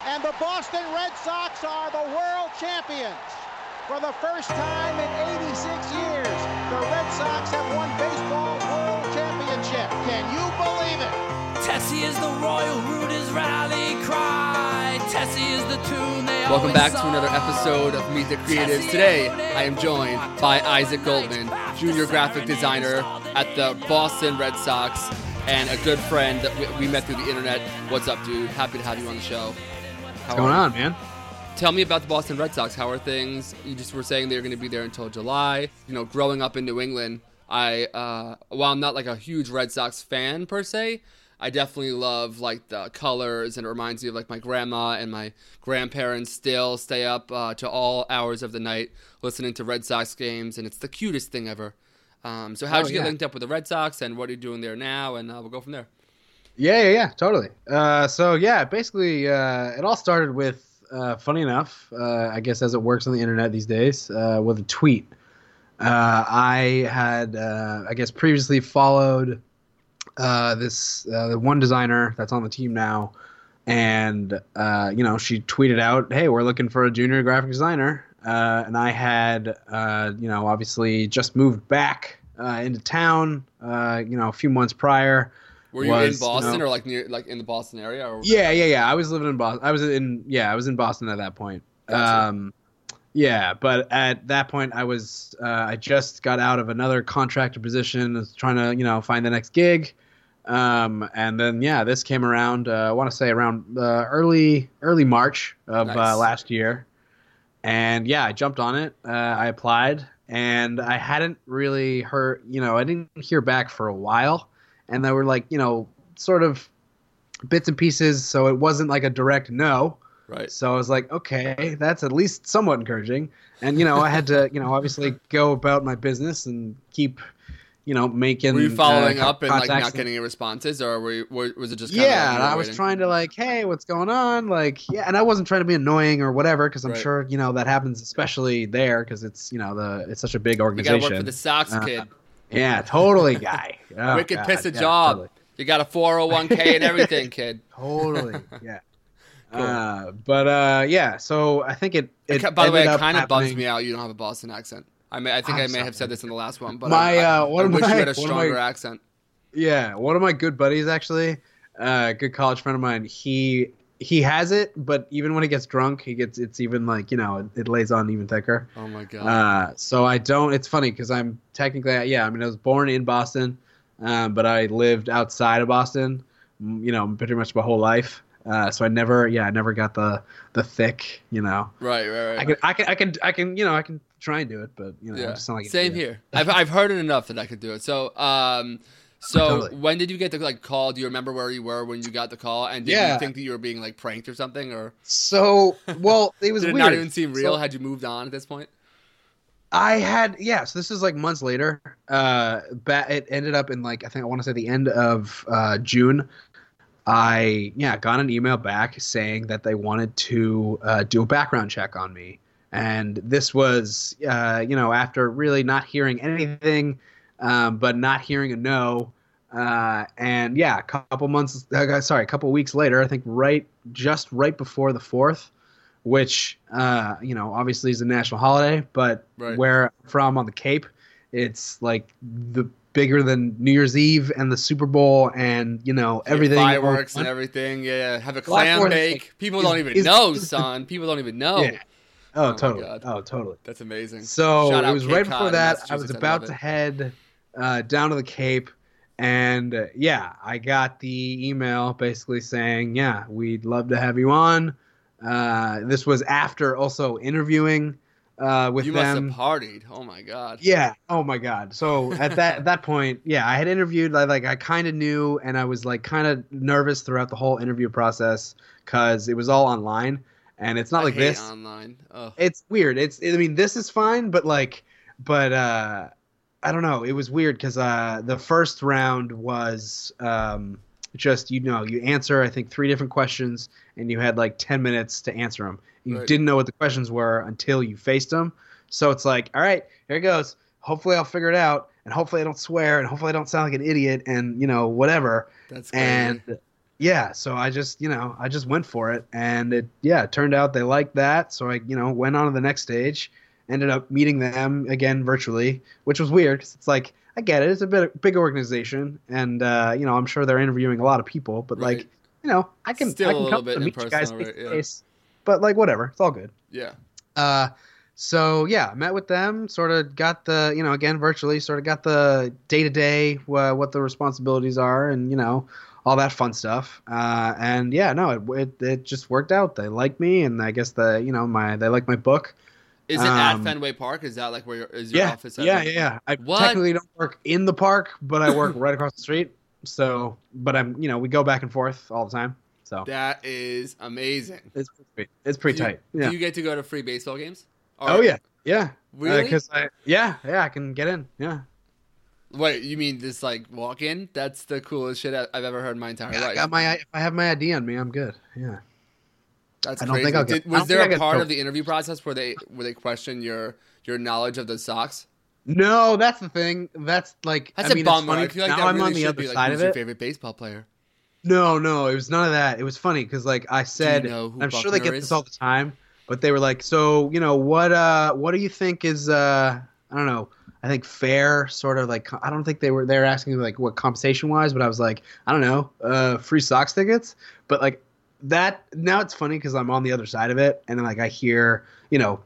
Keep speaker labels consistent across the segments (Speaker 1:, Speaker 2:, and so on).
Speaker 1: And the Boston Red Sox are the world champions. For the first time in 86 years, the Red Sox have won baseball world championship. Can you believe it?
Speaker 2: Tessie is the royal root is rally cry. Tessie is the tune they
Speaker 3: Welcome
Speaker 2: always
Speaker 3: back to another
Speaker 2: sung.
Speaker 3: episode of Meet the Creatives.
Speaker 2: Tessie
Speaker 3: Today,
Speaker 2: Everett
Speaker 3: I am joined
Speaker 2: walked
Speaker 3: by
Speaker 2: all
Speaker 3: Isaac
Speaker 2: night,
Speaker 3: Goldman,
Speaker 2: craft
Speaker 3: junior
Speaker 2: the
Speaker 3: graphic
Speaker 2: serenades,
Speaker 3: designer
Speaker 2: all the
Speaker 3: at the
Speaker 2: midnight
Speaker 3: Boston Red Sox, and a good friend that we- we met through the internet. What's up, dude? Happy to have you on the show. How
Speaker 4: What's going
Speaker 3: are you?
Speaker 4: on, man?
Speaker 3: Tell me about the Boston Red Sox. How are things? You just were saying they're going to be there until July. You know, growing up in New England, I uh, while I'm not like a huge Red Sox fan per se, I definitely love like the colors and it reminds me of like my grandma and my grandparents still stay up uh, to all hours of the night listening to Red Sox games and it's the cutest thing ever. Um, so how did
Speaker 4: Oh,
Speaker 3: you get
Speaker 4: yeah.
Speaker 3: linked up with the Red Sox and what are you doing there now? And uh, we'll go from there.
Speaker 4: Yeah, yeah, yeah, totally. Uh, so yeah, basically, uh, it all started with, uh, funny enough, uh, I guess as it works on the internet these days, uh, with a tweet. Uh, I had, uh, I guess, previously followed uh, this uh, the one designer that's on the team now, and uh, you know, she tweeted out, "Hey, we're looking for a junior graphic designer," uh, and I had, uh, you know, obviously just moved back uh, into town, uh, you know, a few months prior.
Speaker 3: Were you
Speaker 4: Was,
Speaker 3: in
Speaker 4: you
Speaker 3: Boston
Speaker 4: know-
Speaker 3: or like near like in the Boston area? Or...
Speaker 4: Yeah, yeah, yeah. I was living in Boston. I was in yeah, I was in Boston at that point.
Speaker 3: Gotcha.
Speaker 4: Um, yeah, but at that point, I was uh, I just got out of another contractor position, was trying to you know find the next gig, um, and then yeah, this came around. Uh, I want to say around uh, early early March of
Speaker 3: Nice.
Speaker 4: uh, last year, and yeah, I jumped on it. Uh, I applied, and I hadn't really heard you know I didn't hear back for a while, and there were like you know sort of bits and pieces, so it wasn't like a direct no.
Speaker 3: Right.
Speaker 4: So I was like, okay, that's at least somewhat encouraging. And you know, I had to, you know, obviously go about my business and keep, you know, making.
Speaker 3: were you following
Speaker 4: uh,
Speaker 3: up and like
Speaker 4: contacts
Speaker 3: not getting any responses, or were you, were, was it just kinda
Speaker 4: yeah,
Speaker 3: like, you
Speaker 4: and
Speaker 3: were
Speaker 4: I was
Speaker 3: waiting?
Speaker 4: trying to like, hey, what's going on? Like, yeah, and I wasn't trying to be annoying or whatever, because I'm
Speaker 3: Right.
Speaker 4: sure you know that happens, especially there, because it's you know the it's such a big
Speaker 3: You
Speaker 4: organization.
Speaker 3: gotta work for the Sox
Speaker 4: Uh,
Speaker 3: kid.
Speaker 4: Yeah, totally, guy. Oh,
Speaker 3: Wicked
Speaker 4: God,
Speaker 3: piss a
Speaker 4: yeah,
Speaker 3: job.
Speaker 4: totally.
Speaker 3: You got a 401k and everything, kid.
Speaker 4: Totally, yeah.
Speaker 3: Cool.
Speaker 4: Uh, but uh, yeah, so I think it.
Speaker 3: It,
Speaker 4: it
Speaker 3: ca- by the way, it
Speaker 4: ended up
Speaker 3: kind of bugs
Speaker 4: happening-
Speaker 3: me out. You don't have a Boston accent. I may, I think i
Speaker 4: I'm
Speaker 3: may have
Speaker 4: sorry.
Speaker 3: said this in the last one, but I,
Speaker 4: My,
Speaker 3: I,
Speaker 4: uh, one
Speaker 3: I
Speaker 4: of
Speaker 3: wish
Speaker 4: my-
Speaker 3: you had a
Speaker 4: one of my-
Speaker 3: stronger accent.
Speaker 4: Yeah, one of my good buddies actually, uh, good college friend of mine. He he has it, but even when he gets drunk, he gets it's even like you know it, it lays on even thicker.
Speaker 3: Oh my god.
Speaker 4: Uh, so I don't. It's funny because I'm technically yeah. I mean, I was born in Boston, um, but I lived outside of Boston. m- You know, pretty much my whole life. Uh, so I never yeah I never got the the thick you know.
Speaker 3: right, right, right.
Speaker 4: I can I can I can I can you know I can try and do it, but you know I
Speaker 3: yeah.
Speaker 4: just sound like an
Speaker 3: Same
Speaker 4: idiot.
Speaker 3: here. I've I've heard it enough that I could do it. So um, so
Speaker 4: Totally.
Speaker 3: when did you get the like call? Do you remember where you were when you got the call? And did
Speaker 4: Yeah.
Speaker 3: you think that you were being like pranked or something, or
Speaker 4: So well, it was
Speaker 3: did it
Speaker 4: weird.
Speaker 3: not even seem real?
Speaker 4: So-
Speaker 3: had you moved on at this point?
Speaker 4: I had yeah, so this is like months later. Uh, ba- it ended up in like I think I want to say the end of uh, June. I yeah got an email back saying that they wanted to uh, do a background check on me, and this was uh, you know after really not hearing anything, um, but not hearing a no. Uh, and yeah, a couple months, uh, sorry, a couple weeks later, I think right, just right before the fourth, which uh, you know obviously is a national holiday, but
Speaker 3: Right.
Speaker 4: where I'm from on the Cape, it's like the bigger than New Year's Eve and the Super Bowl and you know
Speaker 3: Yeah,
Speaker 4: everything. Oh,
Speaker 3: fireworks and everything. Yeah, yeah. have a clam
Speaker 4: Fourth is
Speaker 3: bake. People
Speaker 4: is-
Speaker 3: don't even
Speaker 4: is-
Speaker 3: know,
Speaker 4: is-
Speaker 3: son. People don't even know.
Speaker 4: Yeah.
Speaker 3: Oh
Speaker 4: Oh,
Speaker 3: my
Speaker 4: totally.
Speaker 3: God.
Speaker 4: Oh, totally.
Speaker 3: That's amazing.
Speaker 4: So
Speaker 3: Shout
Speaker 4: it
Speaker 3: out
Speaker 4: was
Speaker 3: Cape
Speaker 4: right
Speaker 3: Cod
Speaker 4: before
Speaker 3: in
Speaker 4: that. I was
Speaker 3: Massachusetts.
Speaker 4: about
Speaker 3: love
Speaker 4: to
Speaker 3: it.
Speaker 4: head uh, down to the Cape, and uh, yeah, I got the email basically saying, "Yeah, we'd love to have you on." Uh, this was after also interviewing uh, with
Speaker 3: you
Speaker 4: them.
Speaker 3: must have partied. Oh my god.
Speaker 4: Yeah. Oh my God. So at that at that point, yeah, I had interviewed. I like I kind of knew, and I was like kind of nervous throughout the whole interview process because it was all online, and it's not
Speaker 3: I
Speaker 4: like
Speaker 3: hate
Speaker 4: this.
Speaker 3: online. Oh.
Speaker 4: It's weird. It's I mean this is fine, but like, but uh, I don't know. It was weird because uh, the first round was um just you know you answer I think three different questions, and you had like ten minutes to answer them. You
Speaker 3: Right.
Speaker 4: didn't know what the questions were until you faced them. So it's like, all right, here it goes. Hopefully I'll figure it out, and hopefully I don't swear, and hopefully I don't sound like an idiot, and you know whatever.
Speaker 3: That's crazy.
Speaker 4: And yeah, so I just, you know, I just went for it. And it, yeah, it turned out they liked that. So I, you know, went on to the next stage, ended up meeting them again virtually, which was weird 'cause it's like, I get it. It's a bit big organization. And, uh, you know, I'm sure they're interviewing a lot of people, but like,
Speaker 3: Right.
Speaker 4: you know, I can,
Speaker 3: Still
Speaker 4: I
Speaker 3: a
Speaker 4: can
Speaker 3: little
Speaker 4: come
Speaker 3: bit
Speaker 4: to meet you guys
Speaker 3: impersonal,
Speaker 4: face
Speaker 3: right?
Speaker 4: to
Speaker 3: Yeah.
Speaker 4: face. But like, whatever. It's all good.
Speaker 3: Yeah.
Speaker 4: Uh, so yeah, met with them. Sort of got the you know again virtually. Sort of got the day to day what the responsibilities are, and you know all that fun stuff. Uh, and yeah, no, it, it it just worked out. They like me, and I guess the you know my they like my book.
Speaker 3: Is it at
Speaker 4: Um,
Speaker 3: Fenway Park? Is that like where your, is your office? At
Speaker 4: yeah, yeah, yeah. I
Speaker 3: What?
Speaker 4: technically don't work in the park, but I work right across the street. So, but I'm you know we go back and forth all the time. So
Speaker 3: That is amazing.
Speaker 4: it's pretty, sweet. it's pretty
Speaker 3: Do you-
Speaker 4: tight. Yeah.
Speaker 3: Do you get to go to free baseball games? Or-
Speaker 4: oh yeah, yeah.
Speaker 3: Really?
Speaker 4: Because I yeah yeah I can get in yeah.
Speaker 3: Wait, you mean this like walk in? That's the coolest shit I- I've ever heard in my entire
Speaker 4: I
Speaker 3: life.
Speaker 4: got my if I have my ID on me, I'm good. Yeah.
Speaker 3: That's
Speaker 4: I don't
Speaker 3: crazy.
Speaker 4: think I'll get-
Speaker 3: Did-
Speaker 4: I
Speaker 3: was
Speaker 4: don't think
Speaker 3: there
Speaker 4: I
Speaker 3: a
Speaker 4: get
Speaker 3: part
Speaker 4: pro-
Speaker 3: of the interview process where they where they question your your knowledge of the socks?
Speaker 4: No, that's the thing. That's like
Speaker 3: That's
Speaker 4: I
Speaker 3: a
Speaker 4: mean, it's
Speaker 3: bum.
Speaker 4: funny.
Speaker 3: I feel like
Speaker 4: now
Speaker 3: that
Speaker 4: I'm
Speaker 3: really
Speaker 4: on the
Speaker 3: should
Speaker 4: other
Speaker 3: be like
Speaker 4: side
Speaker 3: who's
Speaker 4: of
Speaker 3: your
Speaker 4: it.
Speaker 3: favorite baseball player.
Speaker 4: No, no, it was none of that. It was funny because like I said,
Speaker 3: know who
Speaker 4: I'm sure they
Speaker 3: Buckner
Speaker 4: get this
Speaker 3: is?
Speaker 4: all the time, but they were like, so you know what? Uh, what do you think is uh, I don't know. I think fair, sort of like I don't think they were they were asking like what compensation wise, but I was like, I don't know, uh, free Sox tickets, but like that now it's funny because I'm on the other side of it, and then like I hear you know.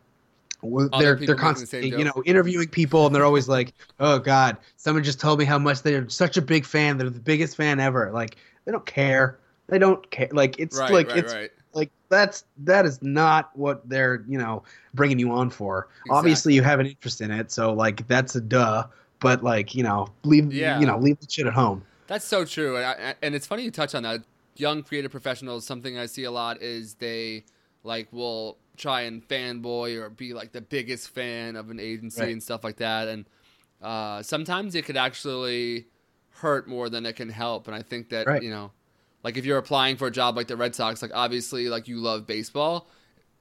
Speaker 4: w-
Speaker 3: Other
Speaker 4: They're
Speaker 3: people
Speaker 4: they're
Speaker 3: making the same
Speaker 4: constantly you
Speaker 3: joke.
Speaker 4: know interviewing people and they're always like oh god someone just told me how much they're such a big fan they're the biggest fan ever like they don't care they don't care like it's
Speaker 3: Right,
Speaker 4: like
Speaker 3: right,
Speaker 4: it's
Speaker 3: right.
Speaker 4: like that's that is not what they're you know bringing you on for obviously you have an interest in it so like that's a duh but like you know leave
Speaker 3: Yeah.
Speaker 4: you know leave the shit at home
Speaker 3: That's so true, and, I, and it's funny you touch on that. Young creative professionals, something I see a lot is they like will try and fanboy or be like the biggest fan of an agency
Speaker 4: Right.
Speaker 3: and stuff like that, and uh, sometimes it could actually hurt more than it can help. And I think that
Speaker 4: Right.
Speaker 3: you know, like if you're applying for a job like the Red Sox, like obviously like you love baseball.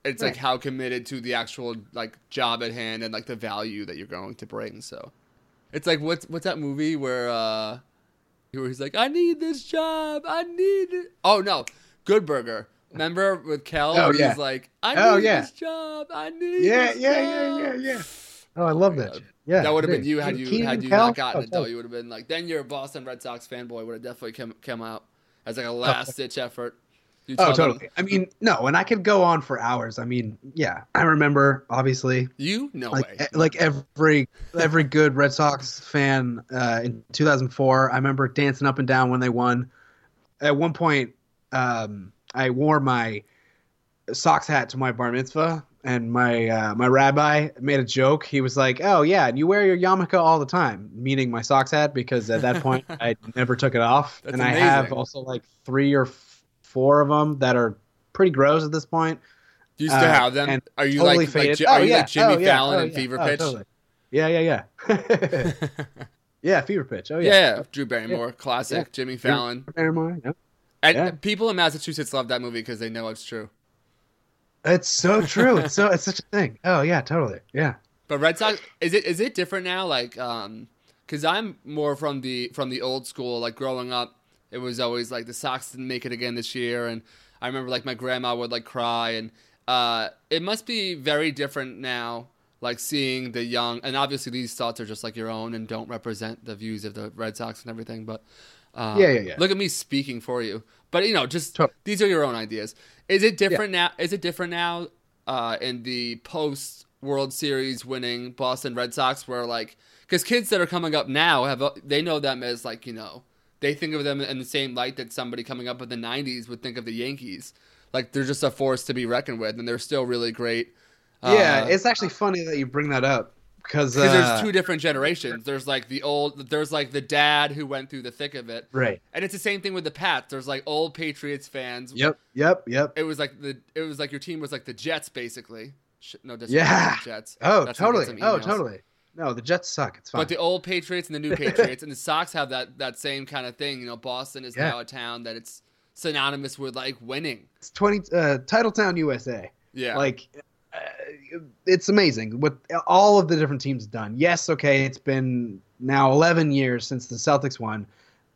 Speaker 3: It's like
Speaker 4: Right.
Speaker 3: how committed to the actual like job at hand and like the value that you're going to bring. So it's like what's what's that movie where uh where he's like, I need this job, I need it. Oh no, Good Burger. Remember with Kel?
Speaker 4: Oh,
Speaker 3: where
Speaker 4: yeah.
Speaker 3: He's like, I need
Speaker 4: Oh, yeah.
Speaker 3: this job, I need.
Speaker 4: yeah
Speaker 3: this
Speaker 4: yeah
Speaker 3: job."
Speaker 4: yeah yeah yeah oh i love that
Speaker 3: God.
Speaker 4: shit. yeah
Speaker 3: that would have
Speaker 4: dude.
Speaker 3: been you had you
Speaker 4: Keenan
Speaker 3: had you
Speaker 4: Kel?
Speaker 3: not gotten
Speaker 4: Oh,
Speaker 3: it though. You would have been like, then you're a Boston Red Sox fanboy. Would have definitely come come out as like a last ditch effort. You
Speaker 4: Oh,
Speaker 3: tell them-
Speaker 4: totally. I mean, no, and I could go on for hours. I mean, yeah, I remember obviously,
Speaker 3: You no
Speaker 4: like
Speaker 3: way.
Speaker 4: e- like every every good Red Sox fan uh, in 2004. I remember dancing up and down when they won. At one point, um, I wore my socks hat to my bar mitzvah, and my uh, my rabbi made a joke. He was like, "Oh yeah, and you wear your yarmulke all the time," meaning my socks hat because at that point I never took it off,
Speaker 3: That's
Speaker 4: and I have
Speaker 3: amazing.
Speaker 4: also like three or f- four of them that are pretty gross at this point.
Speaker 3: Do you still
Speaker 4: uh,
Speaker 3: have them?
Speaker 4: and
Speaker 3: Are you
Speaker 4: totally
Speaker 3: like, like
Speaker 4: faded.
Speaker 3: Ji-
Speaker 4: Oh,
Speaker 3: are you
Speaker 4: yeah.
Speaker 3: like Jimmy
Speaker 4: Oh, yeah.
Speaker 3: Fallon
Speaker 4: Oh,
Speaker 3: and
Speaker 4: yeah.
Speaker 3: Fever
Speaker 4: Oh,
Speaker 3: Pitch?
Speaker 4: totally. Yeah, yeah, yeah. yeah, Fever Pitch. Oh,
Speaker 3: yeah.
Speaker 4: yeah.
Speaker 3: Drew Barrymore, classic.
Speaker 4: Yeah.
Speaker 3: Jimmy Fallon.
Speaker 4: Paramore, yeah.
Speaker 3: And
Speaker 4: Yeah.
Speaker 3: people in Massachusetts love that movie because they know it's true.
Speaker 4: It's so true. It's so it's such a thing. Oh yeah, totally. Yeah.
Speaker 3: But Red Sox is it is it different now? Like, um, because I'm more from the from the old school. Like growing up, it was always like the Sox didn't make it again this year, and I remember like my grandma would like cry, and uh, it must be very different now. Like seeing the young, and obviously these thoughts are just like your own and don't represent the views of the Red Sox and everything. But uh,
Speaker 4: Yeah, yeah, yeah.
Speaker 3: Look at me speaking for you, but you know, just
Speaker 4: Tot-
Speaker 3: these are your own ideas. Is it different now? Is it different now uh, in the post World Series winning Boston Red Sox, where like because kids that are coming up now have a- they know them as like you know they think of them in the same light that somebody coming up in the '90s would think of the Yankees. Like they're just a force to be reckoned with, and they're still really great.
Speaker 4: yeah,
Speaker 3: Uh,
Speaker 4: it's actually funny that you bring that up because
Speaker 3: because
Speaker 4: uh,
Speaker 3: there's two different generations. There's like the old, there's like the dad who went through the thick of it,
Speaker 4: right.
Speaker 3: and it's the same thing with the Pats. There's like old Patriots fans.
Speaker 4: Yep, yep, yep.
Speaker 3: It was like the it was like your team was like the Jets basically. Sh- No disrespect to
Speaker 4: Yeah.
Speaker 3: the Jets.
Speaker 4: Oh,
Speaker 3: That's gonna get
Speaker 4: totally.
Speaker 3: some
Speaker 4: Oh,
Speaker 3: emails.
Speaker 4: totally. No, the Jets suck. It's fine.
Speaker 3: But the old Patriots and the new Patriots and the Sox have that that same kind of thing. You know, Boston is
Speaker 4: Yeah.
Speaker 3: now a town that it's synonymous with like winning.
Speaker 4: it's 20 uh Titletown USA.
Speaker 3: Yeah.
Speaker 4: Like uh, it's amazing what all of the different teams have done. Yes, okay, it's been now 11 years since the Celtics won,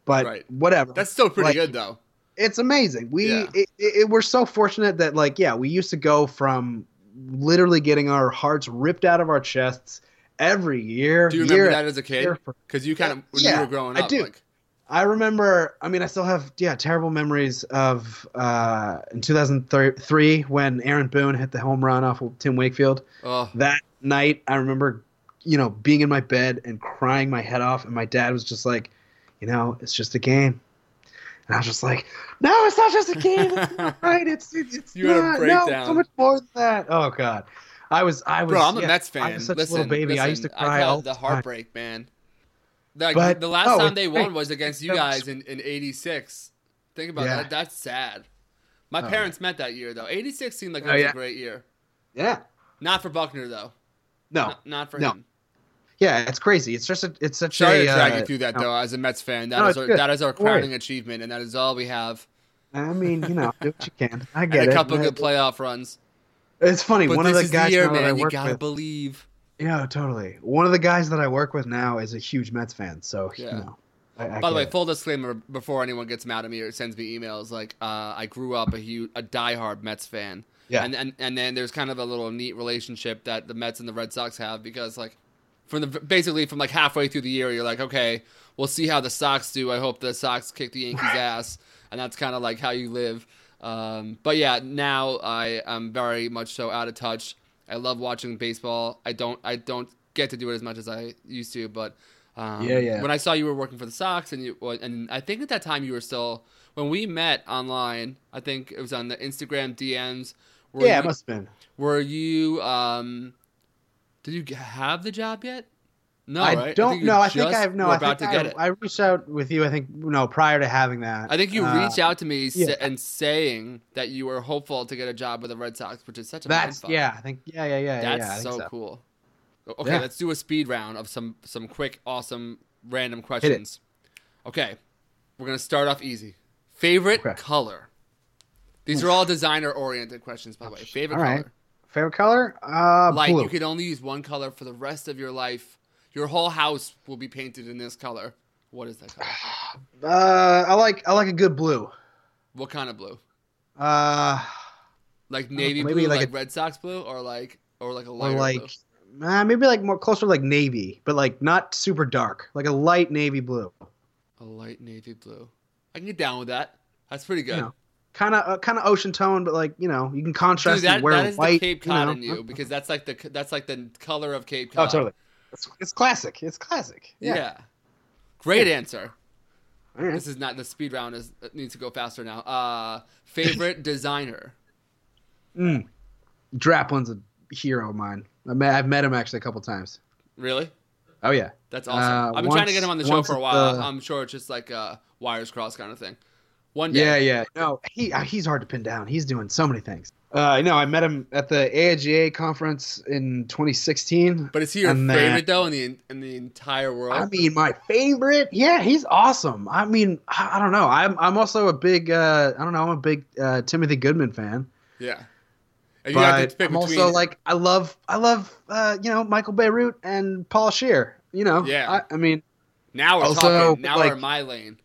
Speaker 4: but
Speaker 3: Right.
Speaker 4: whatever.
Speaker 3: that's still pretty
Speaker 4: like-
Speaker 3: good though.
Speaker 4: it's amazing. We
Speaker 3: Yeah.
Speaker 4: it, it, we're so fortunate that like yeah, we used to go from literally getting our hearts ripped out of our chests every year.
Speaker 3: Do you remember
Speaker 4: year
Speaker 3: that as a kid?
Speaker 4: year for-
Speaker 3: Because you kind of when you
Speaker 4: Yeah,
Speaker 3: were growing
Speaker 4: I
Speaker 3: up,
Speaker 4: do.
Speaker 3: like
Speaker 4: I remember. I mean, I still have yeah terrible memories of uh, in 2003 when Aaron Boone hit the home run off of Tim Wakefield.
Speaker 3: oh,
Speaker 4: That night, I remember, you know, being in my bed and crying my head off, and my dad was just like, you know, it's just a game. And I was just like, no, it's not just a game. It's
Speaker 3: oh.
Speaker 4: not right. It's it's, it's
Speaker 3: You had a
Speaker 4: not. No,
Speaker 3: breakdown.
Speaker 4: it's so much more than that. Oh God, I was I was
Speaker 3: bro, I'm a
Speaker 4: yeah,
Speaker 3: Mets fan.
Speaker 4: I was such
Speaker 3: listen,
Speaker 4: a little baby. I used to
Speaker 3: listen,
Speaker 4: cry
Speaker 3: call
Speaker 4: all
Speaker 3: it the
Speaker 4: time.
Speaker 3: heartbreak, man. Like
Speaker 4: But-
Speaker 3: the last
Speaker 4: no,
Speaker 3: time
Speaker 4: it's
Speaker 3: they
Speaker 4: great.
Speaker 3: won was against you
Speaker 4: That was-
Speaker 3: guys in in '86. Think about
Speaker 4: Yeah.
Speaker 3: that. That's sad. My
Speaker 4: Oh,
Speaker 3: parents met that year though. '86 seemed like it
Speaker 4: Oh,
Speaker 3: was
Speaker 4: yeah.
Speaker 3: a great year.
Speaker 4: Yeah.
Speaker 3: Not for Buckner though.
Speaker 4: No.
Speaker 3: Not, not for
Speaker 4: No.
Speaker 3: him.
Speaker 4: Yeah, it's crazy. It's just a, it's such
Speaker 3: Sorry
Speaker 4: a
Speaker 3: to drag
Speaker 4: uh,
Speaker 3: you through that
Speaker 4: no.
Speaker 3: though. As a Mets fan, that
Speaker 4: No,
Speaker 3: is
Speaker 4: it's
Speaker 3: our,
Speaker 4: good.
Speaker 3: that is our
Speaker 4: Don't worry.
Speaker 3: crowning achievement, and that is all we have.
Speaker 4: I mean, you know, do what you can. I get
Speaker 3: And
Speaker 4: it.
Speaker 3: a couple
Speaker 4: I-
Speaker 3: good playoff runs.
Speaker 4: It's funny.
Speaker 3: But
Speaker 4: one
Speaker 3: this
Speaker 4: of the
Speaker 3: is
Speaker 4: guys
Speaker 3: the year,
Speaker 4: now that I
Speaker 3: man. You
Speaker 4: work
Speaker 3: gotta
Speaker 4: with,
Speaker 3: believe.
Speaker 4: yeah, totally. One of the guys that I work with now is a huge Mets fan, so
Speaker 3: Yeah.
Speaker 4: you know. I, I
Speaker 3: By the
Speaker 4: get
Speaker 3: way,
Speaker 4: it.
Speaker 3: full disclaimer before anyone gets mad at me or sends me emails, like uh, I grew up a huge, a diehard Mets fan.
Speaker 4: Yeah.
Speaker 3: And, and and then there's kind of a little neat relationship that the Mets and the Red Sox have because like from the basically from like halfway through the year you're like okay we'll see how the Sox do I hope the Sox kick the Yankees ass and that's kind of like how you live. Um, but yeah, now I am very much so out of touch. I love watching baseball. I don't I don't get to do it as much as I used to, but um,
Speaker 4: Yeah, yeah.
Speaker 3: When I saw you were working for the Sox, and you well, and I think at that time you were still when we met online. I think it was on the Instagram DMs. Were
Speaker 4: yeah,
Speaker 3: you,
Speaker 4: it must have been.
Speaker 3: were you? Um, did you g- have the job yet? No,
Speaker 4: I
Speaker 3: right?
Speaker 4: don't
Speaker 3: you
Speaker 4: know. I think
Speaker 3: just
Speaker 4: I have no.
Speaker 3: were
Speaker 4: I
Speaker 3: about
Speaker 4: think
Speaker 3: to
Speaker 4: I,
Speaker 3: get it.
Speaker 4: I reached out with you. I think no prior to having that.
Speaker 3: I think you
Speaker 4: uh,
Speaker 3: reached out to me sa-
Speaker 4: yeah.
Speaker 3: and saying that you were hopeful to get a job with the Red Sox, which is such a
Speaker 4: That's
Speaker 3: mindfuck.
Speaker 4: yeah. I think yeah, yeah, yeah, yeah,
Speaker 3: That's
Speaker 4: yeah. I think
Speaker 3: so,
Speaker 4: so,
Speaker 3: cool. O- Okay,
Speaker 4: Yeah.
Speaker 3: let's do a speed round of some some quick, awesome, random questions. Okay, we're gonna start off easy. Favorite
Speaker 4: Okay.
Speaker 3: color. These are all designer oriented questions, by the way. Favorite
Speaker 4: All right.
Speaker 3: color.
Speaker 4: Favorite color? Uh,
Speaker 3: Light.
Speaker 4: blue.
Speaker 3: You can only use one color for the rest of your life. Your whole house will be painted in this color. What is that color?
Speaker 4: Uh, I like I like a good blue.
Speaker 3: What kind of blue?
Speaker 4: Uh,
Speaker 3: Like navy
Speaker 4: maybe
Speaker 3: blue, like,
Speaker 4: like a-
Speaker 3: Red Sox blue, or like or like a
Speaker 4: or
Speaker 3: lighter blue.
Speaker 4: like uh, maybe like more closer to like navy, but like not super dark, like a light navy blue.
Speaker 3: A light navy blue. I can get down with that. That's pretty good.
Speaker 4: You know, kind of uh, kind of ocean tone, but like you know you can
Speaker 3: Dude,
Speaker 4: contrast
Speaker 3: that,
Speaker 4: and wear
Speaker 3: that is
Speaker 4: white.
Speaker 3: the Cape Cod
Speaker 4: you know.
Speaker 3: in you because that's like the that's like the color of Cape
Speaker 4: Oh,
Speaker 3: Cod.
Speaker 4: totally. It's, it's classic. It's classic.
Speaker 3: Yeah.
Speaker 4: Yeah.
Speaker 3: Great answer.
Speaker 4: All right.
Speaker 3: This is not the speed round is it needs to go faster now. Uh favorite designer.
Speaker 4: Mm. Draplin's a hero of mine. I met, I've met him actually a couple times.
Speaker 3: Really?
Speaker 4: Oh yeah.
Speaker 3: That's awesome.
Speaker 4: Uh,
Speaker 3: I've been trying to get him on the
Speaker 4: once-
Speaker 3: show
Speaker 4: once
Speaker 3: for a
Speaker 4: it's,
Speaker 3: while.
Speaker 4: uh,
Speaker 3: I'm sure it's just like uh wires crossed kind of thing. One
Speaker 4: Yeah,
Speaker 3: day.
Speaker 4: yeah. No, he uh, he's hard to pin down. He's doing so many things. Uh, no, I met him at the AIGA conference in 2016.
Speaker 3: But is he your
Speaker 4: And then-
Speaker 3: favorite though in the in the entire world?
Speaker 4: I mean, my favorite. Yeah, he's awesome. I mean, I, I don't know. I'm I'm also a big. Uh, I don't know. I'm a big uh, Timothy Goodman fan.
Speaker 3: yeah. If you had
Speaker 4: But
Speaker 3: to pick
Speaker 4: I'm
Speaker 3: between
Speaker 4: also like I love I love uh, you know Michael Beirut and Paul Shear. You know.
Speaker 3: Yeah.
Speaker 4: I, I mean,
Speaker 3: now we're
Speaker 4: also,
Speaker 3: talking. Now
Speaker 4: like-
Speaker 3: we're in my lane.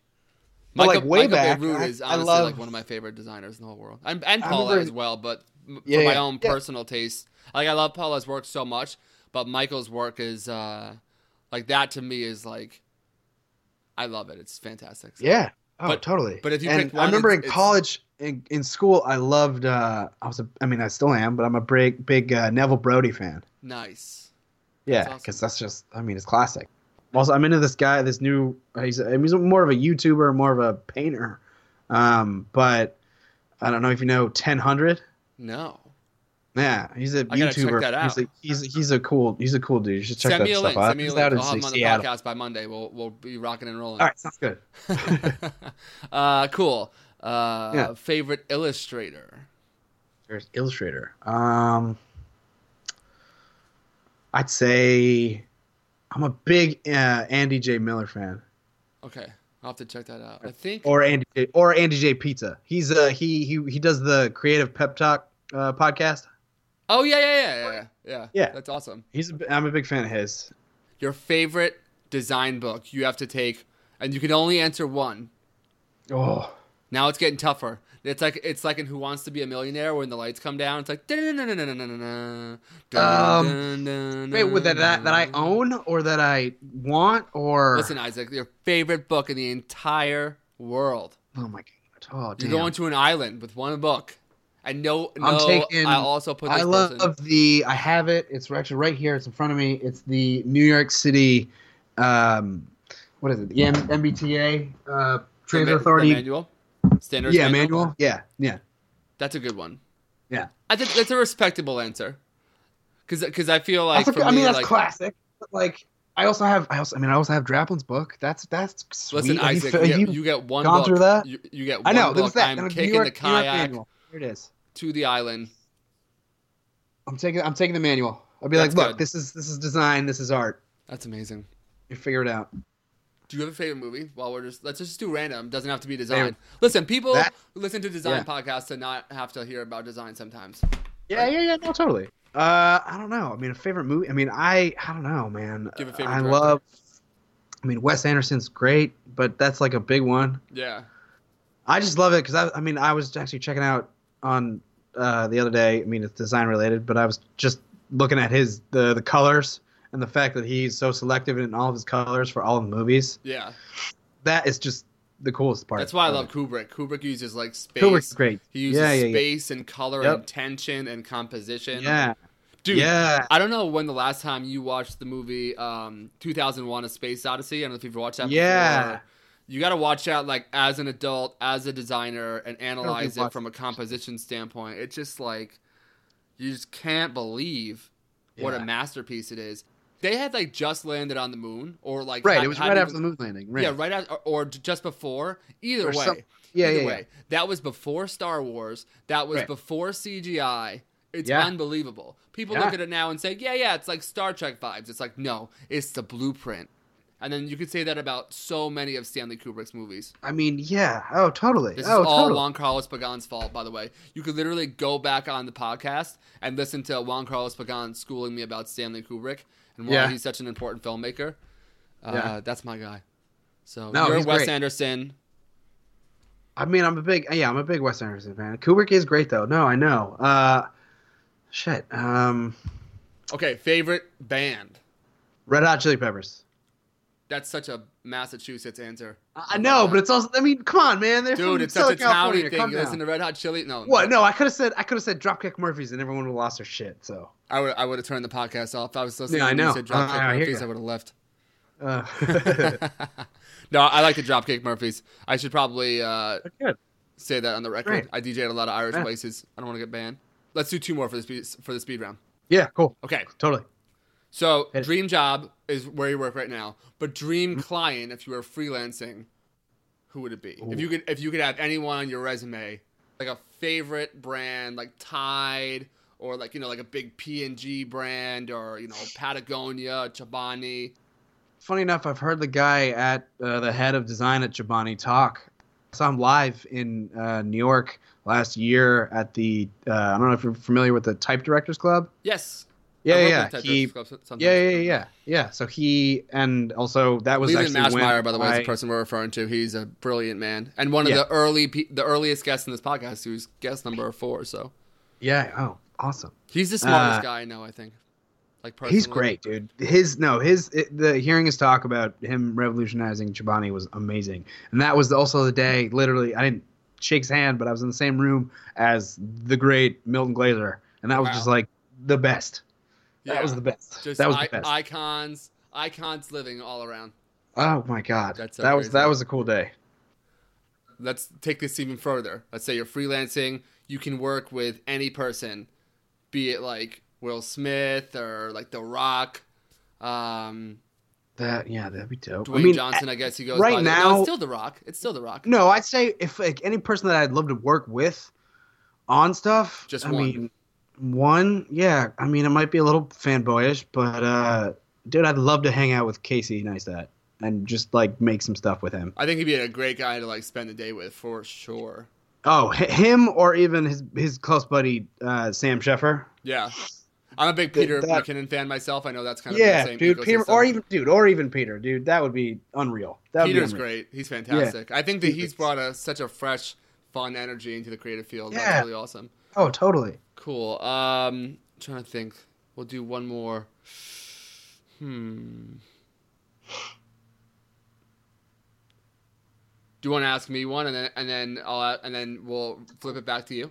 Speaker 4: But, like, way
Speaker 3: Michael
Speaker 4: back,
Speaker 3: Beirut
Speaker 4: I-
Speaker 3: is
Speaker 4: I
Speaker 3: honestly
Speaker 4: love-
Speaker 3: like one of my favorite designers in the whole world, and, and
Speaker 4: I
Speaker 3: Paula
Speaker 4: remember-
Speaker 3: as well. But m-
Speaker 4: Yeah,
Speaker 3: for my
Speaker 4: yeah,
Speaker 3: own
Speaker 4: yeah.
Speaker 3: personal taste, like I love Paula's work so much, but Michael's work is uh, like that to me is like I love it. It's fantastic. So-
Speaker 4: Yeah. Oh,
Speaker 3: But-
Speaker 4: totally.
Speaker 3: but if you
Speaker 4: and
Speaker 3: picked
Speaker 4: I
Speaker 3: one,
Speaker 4: remember
Speaker 3: it's-
Speaker 4: in
Speaker 3: it's-
Speaker 4: college, in, in school, I loved. Uh, I was. A, I mean, I still am, but I'm a big, big uh, Neville Brody fan.
Speaker 3: nice. That's
Speaker 4: Yeah,
Speaker 3: awesome.
Speaker 4: because that's just. I mean, it's classic. Also, I'm into this guy. This new. uh, He's. I mean, he's more of a YouTuber, more of a painter. Um, but I don't know if you know 1000.
Speaker 3: No,
Speaker 4: Yeah, he's a
Speaker 3: I gotta check
Speaker 4: YouTuber.
Speaker 3: that out.
Speaker 4: He's, a, he's he's a cool he's a cool dude. You should check
Speaker 3: send
Speaker 4: that
Speaker 3: me a
Speaker 4: stuff
Speaker 3: link.
Speaker 4: out.
Speaker 3: Send me a
Speaker 4: He's
Speaker 3: link.
Speaker 4: out in
Speaker 3: I'll have him on the
Speaker 4: Seattle.
Speaker 3: podcast by Monday. We'll we'll be rocking and rolling.
Speaker 4: All right, sounds good.
Speaker 3: uh, cool. Uh,
Speaker 4: Yeah.
Speaker 3: Favorite illustrator.
Speaker 4: There's Illustrator. Um, I'd say I'm a big uh, Andy J Miller fan,
Speaker 3: Okay, I'll have to check that out. I think
Speaker 4: or Andy J, or Andy J Pizza. He's uh he he he does the Creative Pep Talk uh, podcast.
Speaker 3: Oh yeah, yeah, yeah, yeah, yeah, yeah.
Speaker 4: Yeah.
Speaker 3: That's awesome.
Speaker 4: He's a, b- I'm a big fan of his.
Speaker 3: Your favorite design book you have to take, and you can only answer one.
Speaker 4: Oh,
Speaker 3: Now it's getting tougher. It's like it's like in Who Wants to Be a Millionaire when the lights come down. It's like dun-dun-dun-dun-dun-dun-dun, dun-dun-dun-dun-dun.
Speaker 4: Um, Wait, with that, that that I own or that I want or
Speaker 3: Listen, Isaac, your favorite book in the entire world.
Speaker 4: oh my god, oh
Speaker 3: You're
Speaker 4: damn.
Speaker 3: going to an island with one book, and no, no.
Speaker 4: I'm taking-
Speaker 3: I also put. This
Speaker 4: I love
Speaker 3: person-
Speaker 4: the. I have it. It's actually right here. It's in front of me. It's the New York City. Um, what is it? The M- MBTA uh,
Speaker 3: the ma-
Speaker 4: Transit
Speaker 3: the
Speaker 4: Authority.
Speaker 3: manual, standard.
Speaker 4: yeah, manual. Yeah, yeah,
Speaker 3: That's a good one.
Speaker 4: yeah.
Speaker 3: I think that's a respectable answer, because I feel like
Speaker 4: that's a,
Speaker 3: for
Speaker 4: I mean,
Speaker 3: me,
Speaker 4: that's
Speaker 3: like,
Speaker 4: classic. But like, I also have. I also. I mean, I also have Draplin's book. That's that's sweet.
Speaker 3: Listen,
Speaker 4: Have you
Speaker 3: Isaac,
Speaker 4: fi-
Speaker 3: you,
Speaker 4: have
Speaker 3: get, you get one
Speaker 4: gone
Speaker 3: book.
Speaker 4: through that?
Speaker 3: You, you get one
Speaker 4: I know. Look
Speaker 3: book.
Speaker 4: at that.
Speaker 3: I'm
Speaker 4: New
Speaker 3: kicking
Speaker 4: York-
Speaker 3: the
Speaker 4: New York
Speaker 3: kayak
Speaker 4: manual. There it is.
Speaker 3: to the island.
Speaker 4: I'm taking. I'm taking the manual. I'll be
Speaker 3: That's
Speaker 4: like, look,
Speaker 3: good.
Speaker 4: this is this is design. This is art.
Speaker 3: That's amazing.
Speaker 4: You figure it out.
Speaker 3: Do you have a favorite movie? While we're just let's just do random. Doesn't have to be design. Listen, people
Speaker 4: That-
Speaker 3: listen to design
Speaker 4: Yeah.
Speaker 3: podcasts to not have to hear about design sometimes.
Speaker 4: Yeah, yeah, yeah. No, totally. Uh, I don't know. I mean, a favorite movie. I mean, I I don't know, man.
Speaker 3: Do you have a favorite
Speaker 4: I
Speaker 3: director?
Speaker 4: love. I mean, Wes Anderson's great, but that's like a big one.
Speaker 3: Yeah.
Speaker 4: I just love it because I, I mean, I was actually checking out on uh, the other day. I mean, it's design related, but I was just looking at his the the colors and the fact that he's so selective in all of his colors for all of the movies.
Speaker 3: Yeah.
Speaker 4: That is just the coolest part.
Speaker 3: That's why I
Speaker 4: of
Speaker 3: love
Speaker 4: it.
Speaker 3: Kubrick. Kubrick uses like space.
Speaker 4: Kubrick's great.
Speaker 3: He uses
Speaker 4: yeah, yeah, yeah.
Speaker 3: space and color and
Speaker 4: Yep.
Speaker 3: tension and composition.
Speaker 4: Yeah,
Speaker 3: Dude,
Speaker 4: yeah.
Speaker 3: I don't know when the last time you watched the movie um, 2001: A Space Odyssey. I don't know if you've watched that.
Speaker 4: Yeah.
Speaker 3: before. You got to watch that like as an adult, as a designer, and analyze it
Speaker 4: watched
Speaker 3: from a composition standpoint. It's just like you just can't believe what a
Speaker 4: Yeah.
Speaker 3: masterpiece it is. They had like just landed on the moon, or like
Speaker 4: Right.
Speaker 3: had-
Speaker 4: It was
Speaker 3: hadn't
Speaker 4: right
Speaker 3: even-
Speaker 4: after the moon landing. Right.
Speaker 3: yeah, right after, or just before. Either
Speaker 4: Or
Speaker 3: way,
Speaker 4: some- yeah,
Speaker 3: either
Speaker 4: yeah, yeah.
Speaker 3: way, that was before Star Wars. That was
Speaker 4: Right.
Speaker 3: before CGI. It's
Speaker 4: Yeah.
Speaker 3: unbelievable. People
Speaker 4: Yeah.
Speaker 3: look at it now and say, "Yeah, yeah, it's like Star Trek vibes." It's like, no, it's the blueprint. And then you could say that about so many of Stanley Kubrick's movies.
Speaker 4: I mean, yeah. Oh, totally.
Speaker 3: This
Speaker 4: oh,
Speaker 3: is all
Speaker 4: totally.
Speaker 3: Juan Carlos Pagan's fault, by the way. You could literally go back on the podcast and listen to Juan Carlos Pagan schooling me about Stanley Kubrick and why
Speaker 4: Yeah.
Speaker 3: he's such an important filmmaker. Uh,
Speaker 4: Yeah.
Speaker 3: That's my guy. So
Speaker 4: No,
Speaker 3: you're
Speaker 4: he's
Speaker 3: Wes
Speaker 4: great.
Speaker 3: Anderson.
Speaker 4: I mean, I'm a big yeah, I'm a big Wes Anderson fan. Kubrick is great though. No, I know. Uh, shit. Um,
Speaker 3: Okay, favorite band.
Speaker 4: Red Hot Chili Peppers.
Speaker 3: That's such a Massachusetts answer.
Speaker 4: I I know, but it's also. I mean, come on, man. They're
Speaker 3: dude,
Speaker 4: from
Speaker 3: it's
Speaker 4: Southern
Speaker 3: such a
Speaker 4: California.
Speaker 3: towny thing.
Speaker 4: Calm
Speaker 3: You listen
Speaker 4: down.
Speaker 3: to Red Hot Chili. No,
Speaker 4: what? No, I could have said I could have said Dropkick Murphys, and everyone would have lost their shit. So.
Speaker 3: I would I would have turned the podcast off. I was listening.
Speaker 4: Yeah, I
Speaker 3: when you
Speaker 4: know.
Speaker 3: said Dropkick
Speaker 4: I- I hear
Speaker 3: Murphys,
Speaker 4: ya.
Speaker 3: I would have left.
Speaker 4: Uh,
Speaker 3: no, I like the Dropkick Murphys. I should probably uh,
Speaker 4: good.
Speaker 3: say that on the record.
Speaker 4: Great.
Speaker 3: I DJed at a lot of Irish
Speaker 4: Yeah.
Speaker 3: places. I don't want to get banned. Let's do two more for the speed, for the speed round.
Speaker 4: Yeah, cool.
Speaker 3: Okay,
Speaker 4: Totally.
Speaker 3: so
Speaker 4: Hit it.
Speaker 3: dream job is where you work right now, but dream client, if you were freelancing, who would it be? If you could, if you could have anyone on your resume, like a favorite brand, like Tide, or like you know, like a big P and G brand, or you know, Patagonia, Chobani.
Speaker 4: Funny enough, I've heard the guy at uh, the head of design at Chobani talk. I saw him live in uh, New York last year at the. Uh, I don't know if you're familiar with the Type Directors Club.
Speaker 3: Yes. I
Speaker 4: Yeah,
Speaker 3: work
Speaker 4: yeah,
Speaker 3: with Ted
Speaker 4: yeah. He,
Speaker 3: Drexler's Club so- sometimes.
Speaker 4: yeah, yeah, yeah, yeah. So he and also that was
Speaker 3: Leland
Speaker 4: actually
Speaker 3: Maschmeyer,
Speaker 4: when
Speaker 3: by the way, is
Speaker 4: I-
Speaker 3: the person we're referring to. He's a brilliant man and one of
Speaker 4: Yeah.
Speaker 3: the early, pe- the earliest guests in this podcast. He was guest number four, so
Speaker 4: Yeah. Oh, awesome.
Speaker 3: he's the smartest
Speaker 4: Uh,
Speaker 3: guy I know. I think. Like
Speaker 4: He's
Speaker 3: personally.
Speaker 4: great, dude. His no, his it, the hearing his talk about him revolutionizing Chobani was amazing, and that was also the day. Literally, I didn't shake his hand, but I was in the same room as the great Milton Glaser, and that was
Speaker 3: Wow.
Speaker 4: just like the best.
Speaker 3: Yeah.
Speaker 4: That was the best.
Speaker 3: Just
Speaker 4: that was
Speaker 3: I-
Speaker 4: the best.
Speaker 3: icons, icons living all around.
Speaker 4: oh my god,
Speaker 3: That's so
Speaker 4: that was
Speaker 3: crazy.
Speaker 4: that was a cool day.
Speaker 3: Let's take this even further. Let's say you're freelancing, you can work with any person, be it like Will Smith or like The Rock, um,
Speaker 4: That yeah, that'd be dope.
Speaker 3: Dwayne
Speaker 4: I mean,
Speaker 3: Johnson. I guess he goes
Speaker 4: right
Speaker 3: by. no,
Speaker 4: now-
Speaker 3: it's still The Rock. It's still The Rock.
Speaker 4: No, I'd say if like any person that I'd love to work with on stuff,
Speaker 3: Just
Speaker 4: I
Speaker 3: one.
Speaker 4: mean, one, yeah. I mean, it might be a little fanboyish, but uh, dude, I'd love to hang out with Casey Neistat and just like make some stuff with him.
Speaker 3: I think he'd be a great guy to like spend the day with for sure.
Speaker 4: Oh, hi him or even his his close buddy uh, Sam Sheffer.
Speaker 3: Yeah. I'm a big Peter
Speaker 4: That-
Speaker 3: McKinnon fan myself. I know that's kind of
Speaker 4: yeah,
Speaker 3: the same
Speaker 4: dude. Peter,
Speaker 3: ecosystem.
Speaker 4: or even dude, or even Peter, dude. That would be unreal. That would
Speaker 3: Peter's
Speaker 4: be unreal.
Speaker 3: great. He's fantastic. I think that he's
Speaker 4: Peter's-
Speaker 3: brought a, such a fresh, fun energy into the creative field.
Speaker 4: Yeah.
Speaker 3: That's really awesome.
Speaker 4: Oh, totally.
Speaker 3: Cool. Um, trying to think. We'll do one more. Hmm. Do you want to ask me one, and then and then I'll and then we'll flip it back to you.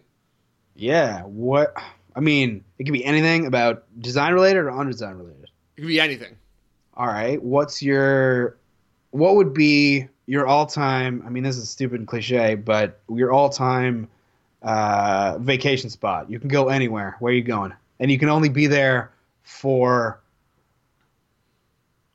Speaker 4: Yeah. What? I mean, it could be anything about design related or undesign related.
Speaker 3: It could be anything.
Speaker 4: All right. What's your? What would be your all time? I mean, this is stupid and cliche, but your all time uh, vacation spot. You can go anywhere. Where are you going? And you can only be there for.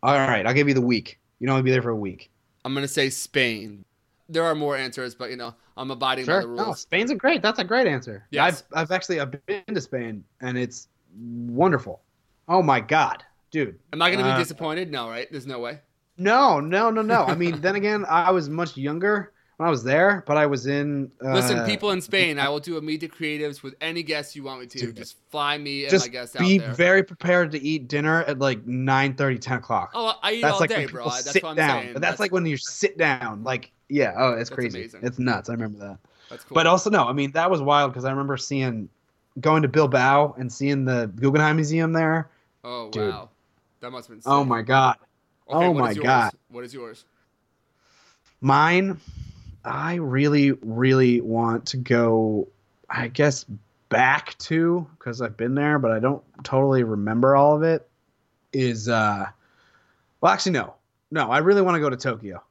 Speaker 4: All right, I'll give you the week. You can only be there for a week.
Speaker 3: I'm gonna say Spain. There are more answers, but you know I'm abiding by the rules.
Speaker 4: No, Spain's a great. That's a great answer.
Speaker 3: Yes.
Speaker 4: I've, I've actually I've been to Spain and it's wonderful. Oh my god, dude.
Speaker 3: Am I gonna
Speaker 4: Uh,
Speaker 3: be disappointed? No, right? There's no way.
Speaker 4: No, no, no, no. I mean, then again, I was much younger when I was there, but I was in. Uh,
Speaker 3: Listen, people in Spain, I will do a meet the creatives with any guest you want me to.
Speaker 4: Dude,
Speaker 3: just fly me and
Speaker 4: Just
Speaker 3: my guest out
Speaker 4: be
Speaker 3: there.
Speaker 4: very prepared to eat dinner at like 9 10 o'clock.
Speaker 3: oh, I eat
Speaker 4: that's
Speaker 3: all
Speaker 4: like
Speaker 3: day,
Speaker 4: when
Speaker 3: bro.
Speaker 4: people
Speaker 3: That's
Speaker 4: sit
Speaker 3: what I'm
Speaker 4: down.
Speaker 3: saying.
Speaker 4: But that's, like when you sit down. Like, yeah. Oh,
Speaker 3: That's
Speaker 4: it's crazy.
Speaker 3: amazing.
Speaker 4: It's nuts. I remember that.
Speaker 3: that's cool.
Speaker 4: But uh, also, no, I mean, that was wild because I remember seeing going to Bilbao and seeing the Guggenheim Museum there.
Speaker 3: oh
Speaker 4: dude.
Speaker 3: wow, that must have been.
Speaker 4: Oh
Speaker 3: sick.
Speaker 4: my god.
Speaker 3: Okay,
Speaker 4: oh
Speaker 3: what
Speaker 4: my
Speaker 3: is yours?
Speaker 4: God.
Speaker 3: What is yours?
Speaker 4: Mine I really really want to go I guess back to cuz I've been there but I don't totally remember all of it is uh Well actually no. No, I really want to go to Tokyo.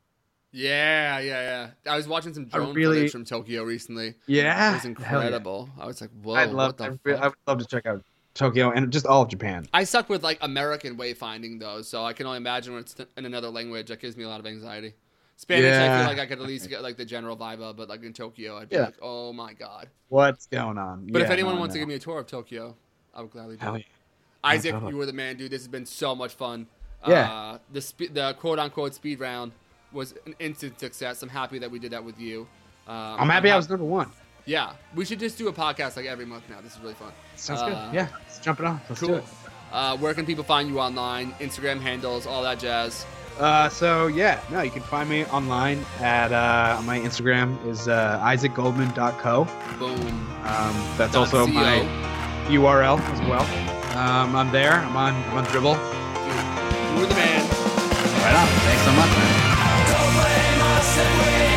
Speaker 3: Yeah, yeah, yeah. I was watching some drone
Speaker 4: really-
Speaker 3: footage from Tokyo recently.
Speaker 4: Yeah.
Speaker 3: It was
Speaker 4: Hell yeah.
Speaker 3: incredible. I was like, whoa,
Speaker 4: I'd love
Speaker 3: what the
Speaker 4: I, re-
Speaker 3: fuck?
Speaker 4: I would love to check out Tokyo and just all of Japan.
Speaker 3: I suck with like American wayfinding though, so I can only imagine when it's in another language. That gives me a lot of anxiety. Spanish, I
Speaker 4: Yeah.
Speaker 3: feel like I could at least get like the general vibe of, but like in Tokyo, I'd be
Speaker 4: Yeah.
Speaker 3: like, oh my god.
Speaker 4: What's going on?
Speaker 3: But if anyone wants to give me a tour of Tokyo, I would gladly do.
Speaker 4: Hell
Speaker 3: it.
Speaker 4: yeah.
Speaker 3: Isaac,
Speaker 4: totally.
Speaker 3: you were the man, dude. This has been so much fun.
Speaker 4: Yeah.
Speaker 3: Uh, the spe- the quote unquote speed round was an instant success. I'm happy that we did that with you. Um,
Speaker 4: I'm happy I
Speaker 3: hap-
Speaker 4: was number 1.
Speaker 3: Yeah, we should just do a podcast like every month now. This is really fun.
Speaker 4: Sounds
Speaker 3: Uh,
Speaker 4: good. Yeah. Let's jump it on. Let's do
Speaker 3: Cool.
Speaker 4: it.
Speaker 3: Uh, where can people find you online? Instagram handles, all that jazz.
Speaker 4: Uh, so yeah, no, you can find me online at uh, on my Instagram is uh, isaacgoldman.co.
Speaker 3: Boom.
Speaker 4: Um, that's
Speaker 3: Dot
Speaker 4: also
Speaker 3: co.
Speaker 4: my URL as well. Um, I'm there. I'm on. I'm on Dribble. Right
Speaker 3: Dude, You're the man.
Speaker 4: on. Thanks so much, man.
Speaker 2: Don't blame us if we